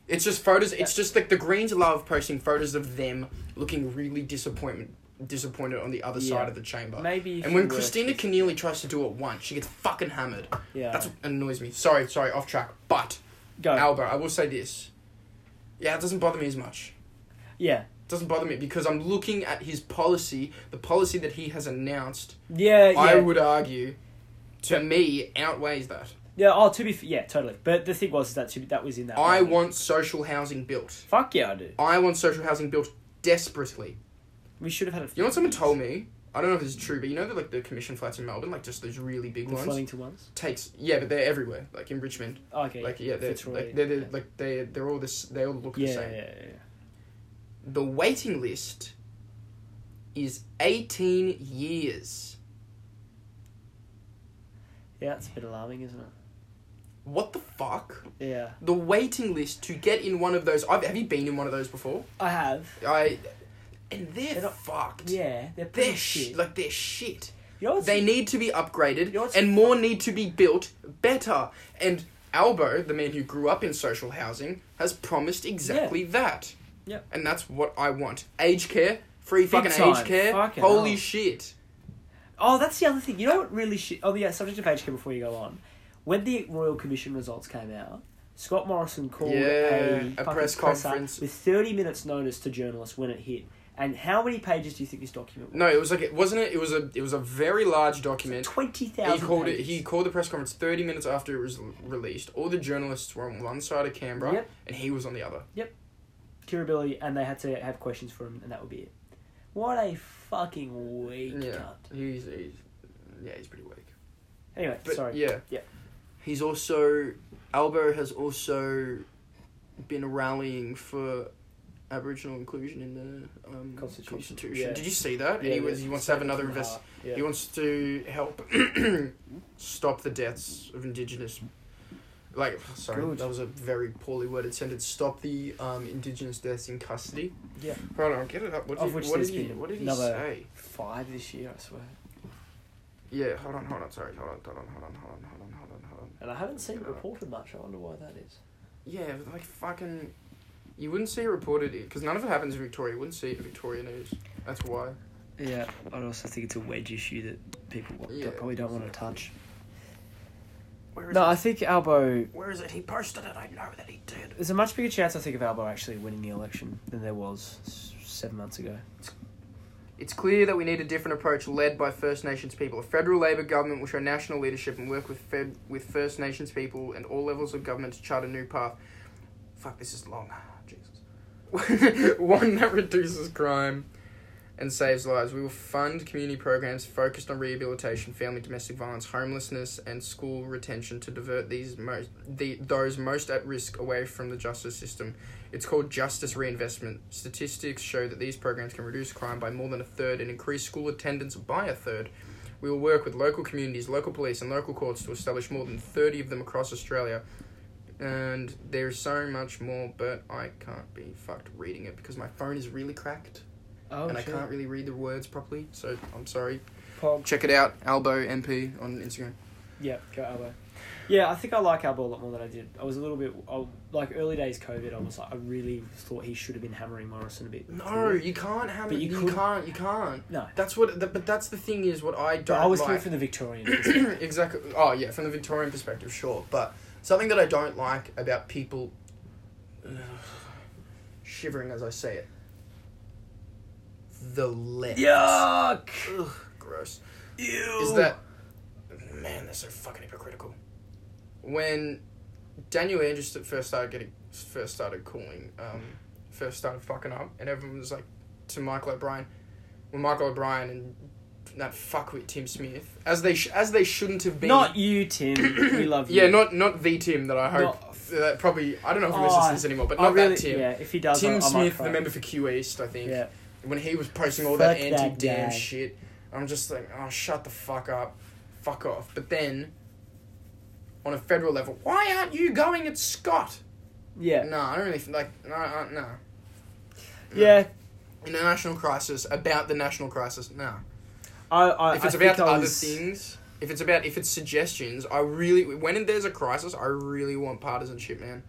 It's just photos. It's just like the Greens love posting photos of them looking really disappointment, disappointed on the other Yeah. side of the chamber. Maybe. if And you when were- Christina Keneally tries to do it once, she gets fucking hammered. Yeah. Oh. That's what annoys me. Sorry, sorry, off track. But Go. Albo, I will say this. Yeah, it doesn't bother me as much. Yeah. It doesn't bother me because I'm looking at his policy, the policy that he has announced. Yeah, yeah. I would argue, to me, outweighs that. Yeah, oh, to be f- yeah, totally. But the thing was is that to be, that was in that. I moment. want social housing built. Fuck yeah, I do. I want social housing built desperately. We should have had a. You know what someone told me? I don't know if this is true, but you know that like the commission flats in Melbourne, like just those really big The ones, Flemington ones. takes yeah, but they're everywhere. Like in Richmond, Oh, okay. like yeah, they're Fitzroy. like they're, they're like they're they're all this. They all look yeah, the yeah, same. yeah, yeah. The waiting list is eighteen years. Yeah, it's a bit alarming, isn't it? What the fuck? Yeah, The waiting list to get in one of those. I've, have you been in one of those before? I have. I and they're, They're not- fucked. Yeah, they're pretty They're sh- shit. like they're shit. you know what's- They need to be upgraded, You know what's- and more need to be built better. And Albo, the man who grew up in social housing, has promised exactly that. Yeah. And that's what I want. Age care, free fucking time. age care. Fucking Holy hell. shit. Oh, that's the other thing. You know what really shit? Oh, yeah, subject of HK before you go on. When the Royal Commission results came out, Scott Morrison called Yeah, a, a fucking press presser conference. with 30 minutes notice to journalists when it hit. And how many pages do you think this document was? No, it was like it wasn't it. It was a it was a very large document. 20,000 He called it. pages. He called the press conference thirty minutes after it was l- released. All the journalists were on one side of Canberra, Yep. and he was on the other. Yep. Kiribili, and they had to have questions for him, and that would be it. What a fucking weak Yeah, cunt. he's, he's yeah, he's pretty weak. Anyway, But sorry. yeah, Yeah. He's also Albo has also been rallying for Aboriginal inclusion in the um, Constitution. Yeah. Did you see that? And Yeah, he was yeah. he wants to have Statement another from the invest. heart. Yeah. He wants to help stop the deaths of Indigenous. Like, sorry, Good. that was a very poorly worded sentence. Stop the um, Indigenous deaths in custody. Yeah. Hold on, get it up. What Of did, which what did there's he? been What did he another- say? Five this year, I swear. Yeah. Hold on. Hold on. Sorry. Hold on. Hold on. Hold on. Hold on. Hold on. Hold on. Hold on. And I haven't seen it reported much. I wonder why that is. Yeah, but, like fucking. You wouldn't see it reported because none of it happens in Victoria. You wouldn't see it in Victoria news. That's why. Yeah, I also think it's a wedge issue that people want, Yeah, probably don't want to touch. Where No, I think Albo. Where is it? He posted it. I know that he did. There's a much bigger chance, I think, of Albo actually winning the election than there was s- seven months ago. It's clear that we need a different approach led by First Nations people. A federal Labor government will show national leadership and work with Fed with First Nations people and all levels of government to chart a new path. Fuck, this is long. Jesus. One that reduces crime and saves lives. We will fund community programs focused on rehabilitation, family domestic violence, homelessness, and school retention to divert these most the those most at risk away from the justice system. It's called justice reinvestment. Statistics show that these programs can reduce crime by more than a third and increase school attendance by a third. We will work with local communities, local police, and local courts to establish more than 30 of them across Australia. And there's so much more, but I can't be fucked reading it because my phone is really cracked Oh, and I can't really read the words properly, so I'm sorry. Pog. Check it out, Albo MP on Instagram. Yeah, go Albo. Yeah, I think I like Albo a lot more than I did. I was a little bit I, like early days COVID. I was like, I really thought he should have been hammering Morrison a bit. No, you can't have But it. you You, could- can't. You can't. No. That's what. The, but that's the thing is what I but don't. I was coming like. from the Victorian. exactly. Oh yeah, from the Victorian perspective, sure. But something that I don't like about people shivering as I say it. The left. Yuck! Ugh, gross. Ew. Is that man? They're so fucking hypocritical. When Daniel Andrews first started getting, first started calling, um, first started fucking up, and everyone was like, to Michael O'Brien, when Michael O'Brien and that fuckwit Tim Smith, as they sh- as they shouldn't have been. Not you, Tim. we love you. Yeah, not not the Tim that I hope Not- that probably I don't know if he Oh, listens to this anymore, but I not really, that Tim. Yeah, if he does, I, I Tim might Smith, cry. the member for Q East, I think. Yeah. When he was posting all Fuck that that anti damn guy. shit, I'm just like, oh, shut the fuck up, fuck off. But then, on a federal level, why aren't you going at Scott? Yeah. No, I don't really f- like. No, uh, no. Yeah. International crisis about the national crisis. No. I, I, If it's I about think I other was- things, if it's about if it's suggestions, I really when there's a crisis, I really want partisanship, man.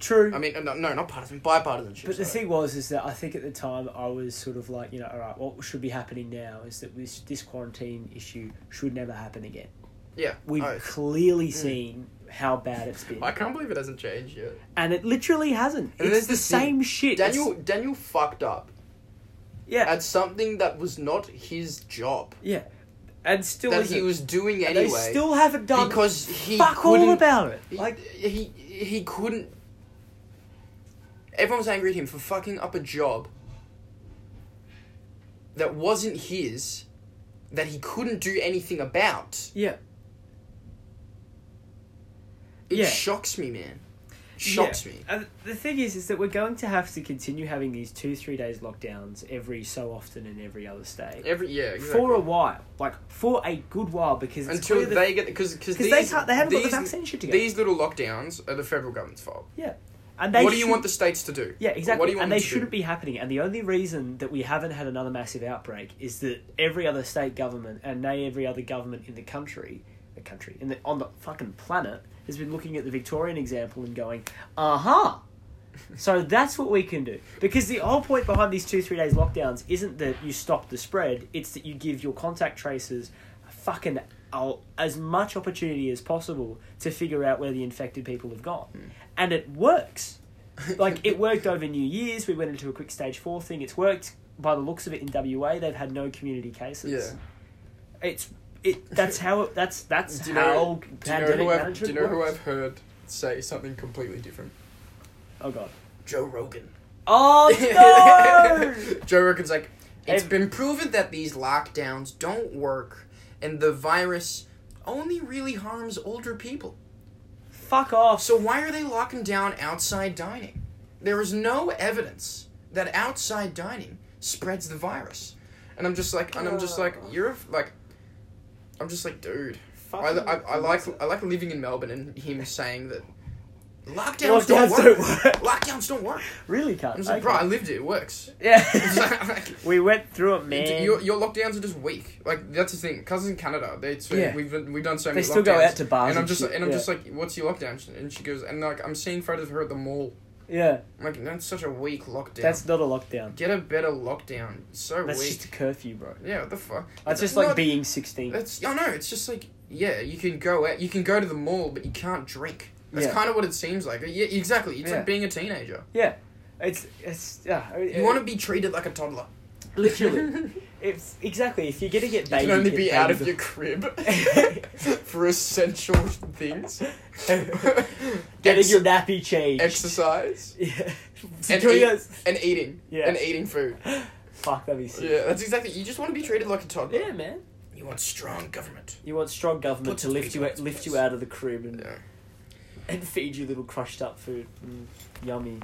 True. I mean, no, no not partisan, bipartisanship. But the sorry. thing was, is that I think at the time I was sort of like, you know, all right, what should be happening now is that this, this quarantine issue should never happen again. yeah, We've oh, clearly seen how bad it's been. I can't believe it hasn't changed yet. and it literally hasn't. And it's there's the this thing- same shit. It's- Daniel Daniel fucked up yeah. at something that was not his job yeah. And still, that isn't. he was doing And anyway they still haven't done because he fuck couldn't, all about it. he- Like, he he couldn't. Everyone was angry at him for fucking up a job that wasn't his, that he couldn't do anything about. yeah. It Yeah. shocks me, man. Shocks Yeah. me. And the thing is, is that we're going to have to continue having these two, three days lockdowns every so often in every other state Every yeah, exactly. for a while, like for a good while, because it's until clear that- they get because because 'Cause they can't- they haven't got the vaccine shit together. These little lockdowns are the federal government's fault. yeah, and they what do you should- want the states to do? yeah exactly, What do you want and them they to shouldn't do? be happening. And the only reason that we haven't had another massive outbreak is that every other state government and nay every other government in the country, the country, in the on the fucking planet has been looking at the Victorian example and going, uh huh. So that's what we can do. Because the whole point behind these two, three days lockdowns isn't that you stop the spread, it's that you give your contact tracers fucking al- as much opportunity as possible to figure out where the infected people have gone. Hmm. And it works. Like, it worked over New Year's. We went into a quick stage four thing. It's worked by the looks of it in WA. They've had no community cases. Yeah. It's. It, that's how it, that's that's Do you how know- Do you know pandemic who I've, management do you know who works. I've heard say something completely different? Oh god, Joe Rogan. Oh no! Joe Rogan's like, it's Ev- been proven that these lockdowns don't work, and the virus only really harms older people. Fuck off! So why are they locking down outside dining? There is no evidence that outside dining spreads the virus. And I'm just like, and I'm just like, Oh. you're a f- like, I'm just like, dude. I, Fucking I, I like I like living in Melbourne and him saying that lockdowns, Lockdowns don't, work. don't work. Lockdowns don't work. really I'm cut. just like, okay. bro, I lived it. It works. Yeah. we went through it, man. Your, your lockdowns are just weak. Like that's the thing. Cousins in Canada, they so Yeah. we've been- we've done so They many. still go lockdowns, out to bars and I'm and just shit, and I'm yeah. just like, what's your lockdown? And she goes, and like I'm seeing photos of her at the mall. yeah, I'm like that's such a weak lockdown. that's not a lockdown. Get a better lockdown. It's So That's weak. just a curfew, bro. Yeah, what the fuck? That's It's just like not- being sixteen. That's I know. It's just like yeah, you can go out, you can go to the mall, but you can't drink. That's Yeah. kind of what it seems like. Yeah, exactly. It's Yeah. like being a teenager. Yeah, it's it's yeah. You want to be treated like a toddler. to literally? It's exactly if you're gonna get You baby. can only get be out baby of your the- crib for essential things. getting Ex- your nappy changed. exercise yeah. and, Doing eat- us- and eating Yeah. and eating food. Fuck, that'd be sick. Yeah, that's exactly. You just want to be treated like a toddler. Yeah, man. You want strong government. You want strong government Puts to its lift feet you on out, its lift you place. out of the crib and, Yeah. and feed you little crushed up food. Mm, yummy.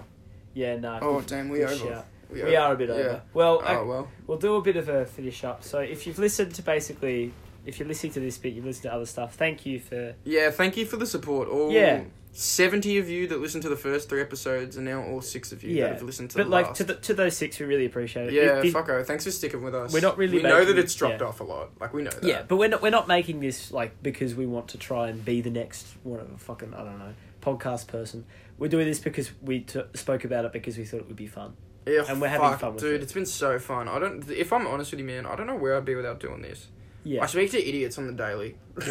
Yeah, nah. Oh good- damn, we good over. shout. We, We, over. are a bit Yeah. over. Well, I- Oh well. we'll do a bit of a finish up. So if you've listened to basically, if you're listening to this bit, you've listened to other stuff. Thank you for Yeah, thank you for the support. All Yeah. seventy of you that listened to the first three episodes, and now all six of you Yeah. that have listened to but the like last. to the, to those six, we really appreciate it. yeah, It- it- fucko. Thanks for sticking with us. We're not really We know making that it- it's dropped yeah. off a lot. Like we know that. Yeah, but we're not we're not making this like because we want to try and be the next whatever fucking I don't know podcast person. We're doing this because we t- spoke about it because we thought it would be fun. Yeah, and we're having fuck, fun with dude. it. has been so fun. I don't. If I'm honest with you, man, I don't know where I'd be without doing this. I Yeah, speak to idiots on the daily. but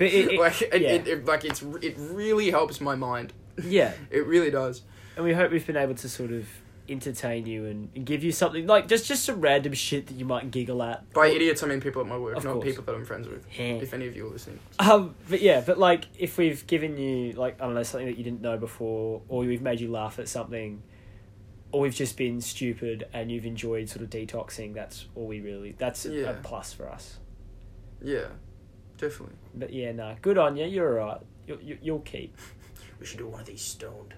it, it- like it, yeah. it, it, like it's it really helps my mind. yeah, It really does. and we hope we've been able to sort of entertain you and give you something like just just some random shit that you might giggle at. By Or- idiots, I mean people at my work, Of not course. people that I'm friends with. Yeah. If any of you are listening, Um, but yeah, but like if we've given you like I don't know something that you didn't know before, or we've made you laugh at something, or we've just been stupid and you've enjoyed sort of detoxing. That's all we really. That's a- a Yeah. plus for us. yeah, definitely. But yeah, no, good on you. You're alright. You, you, you'll keep. We should do one of these stoned.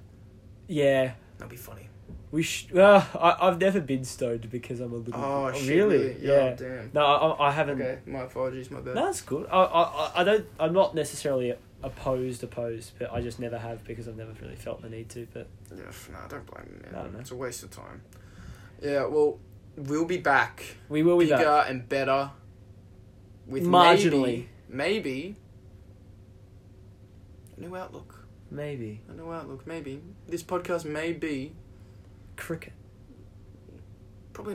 Yeah, That'd be funny. we. Sh- uh, I I've never been stoned because I'm a little. Oh, shit, really? Yeah, Oh, Yeah. damn. No, I- I, I haven't. Okay, my apologies, my bad. No, that's good. I, I, I- I don't. I'm not necessarily opposed, opposed, but I just never have because I've never really felt the need to. But Yeah, f- nah, don't blame me, man. I don't know. It's a waste of time. Yeah, well, we'll be back. we will be bigger back. and better. With Marginally. Maybe, maybe a new outlook. Maybe A new outlook, maybe. This podcast may be. cricket. Probably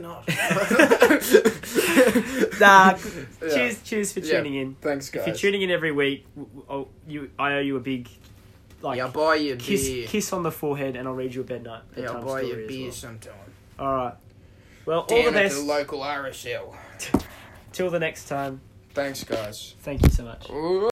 not. Nah. Yeah. Cheers! Cheers for Yeah. tuning in. Thanks, guys. If you're tuning in every week, w- w- I'll, you I owe you a big, like yeah, I'll buy you a kiss beer. kiss on the forehead, and I'll read you a bed night. yeah, I'll bedtime buy you story a as beer well. sometime. All right. Well, all Down the at best. the local RSL. Till the next time. Thanks, guys. Thank you so much. Ooh.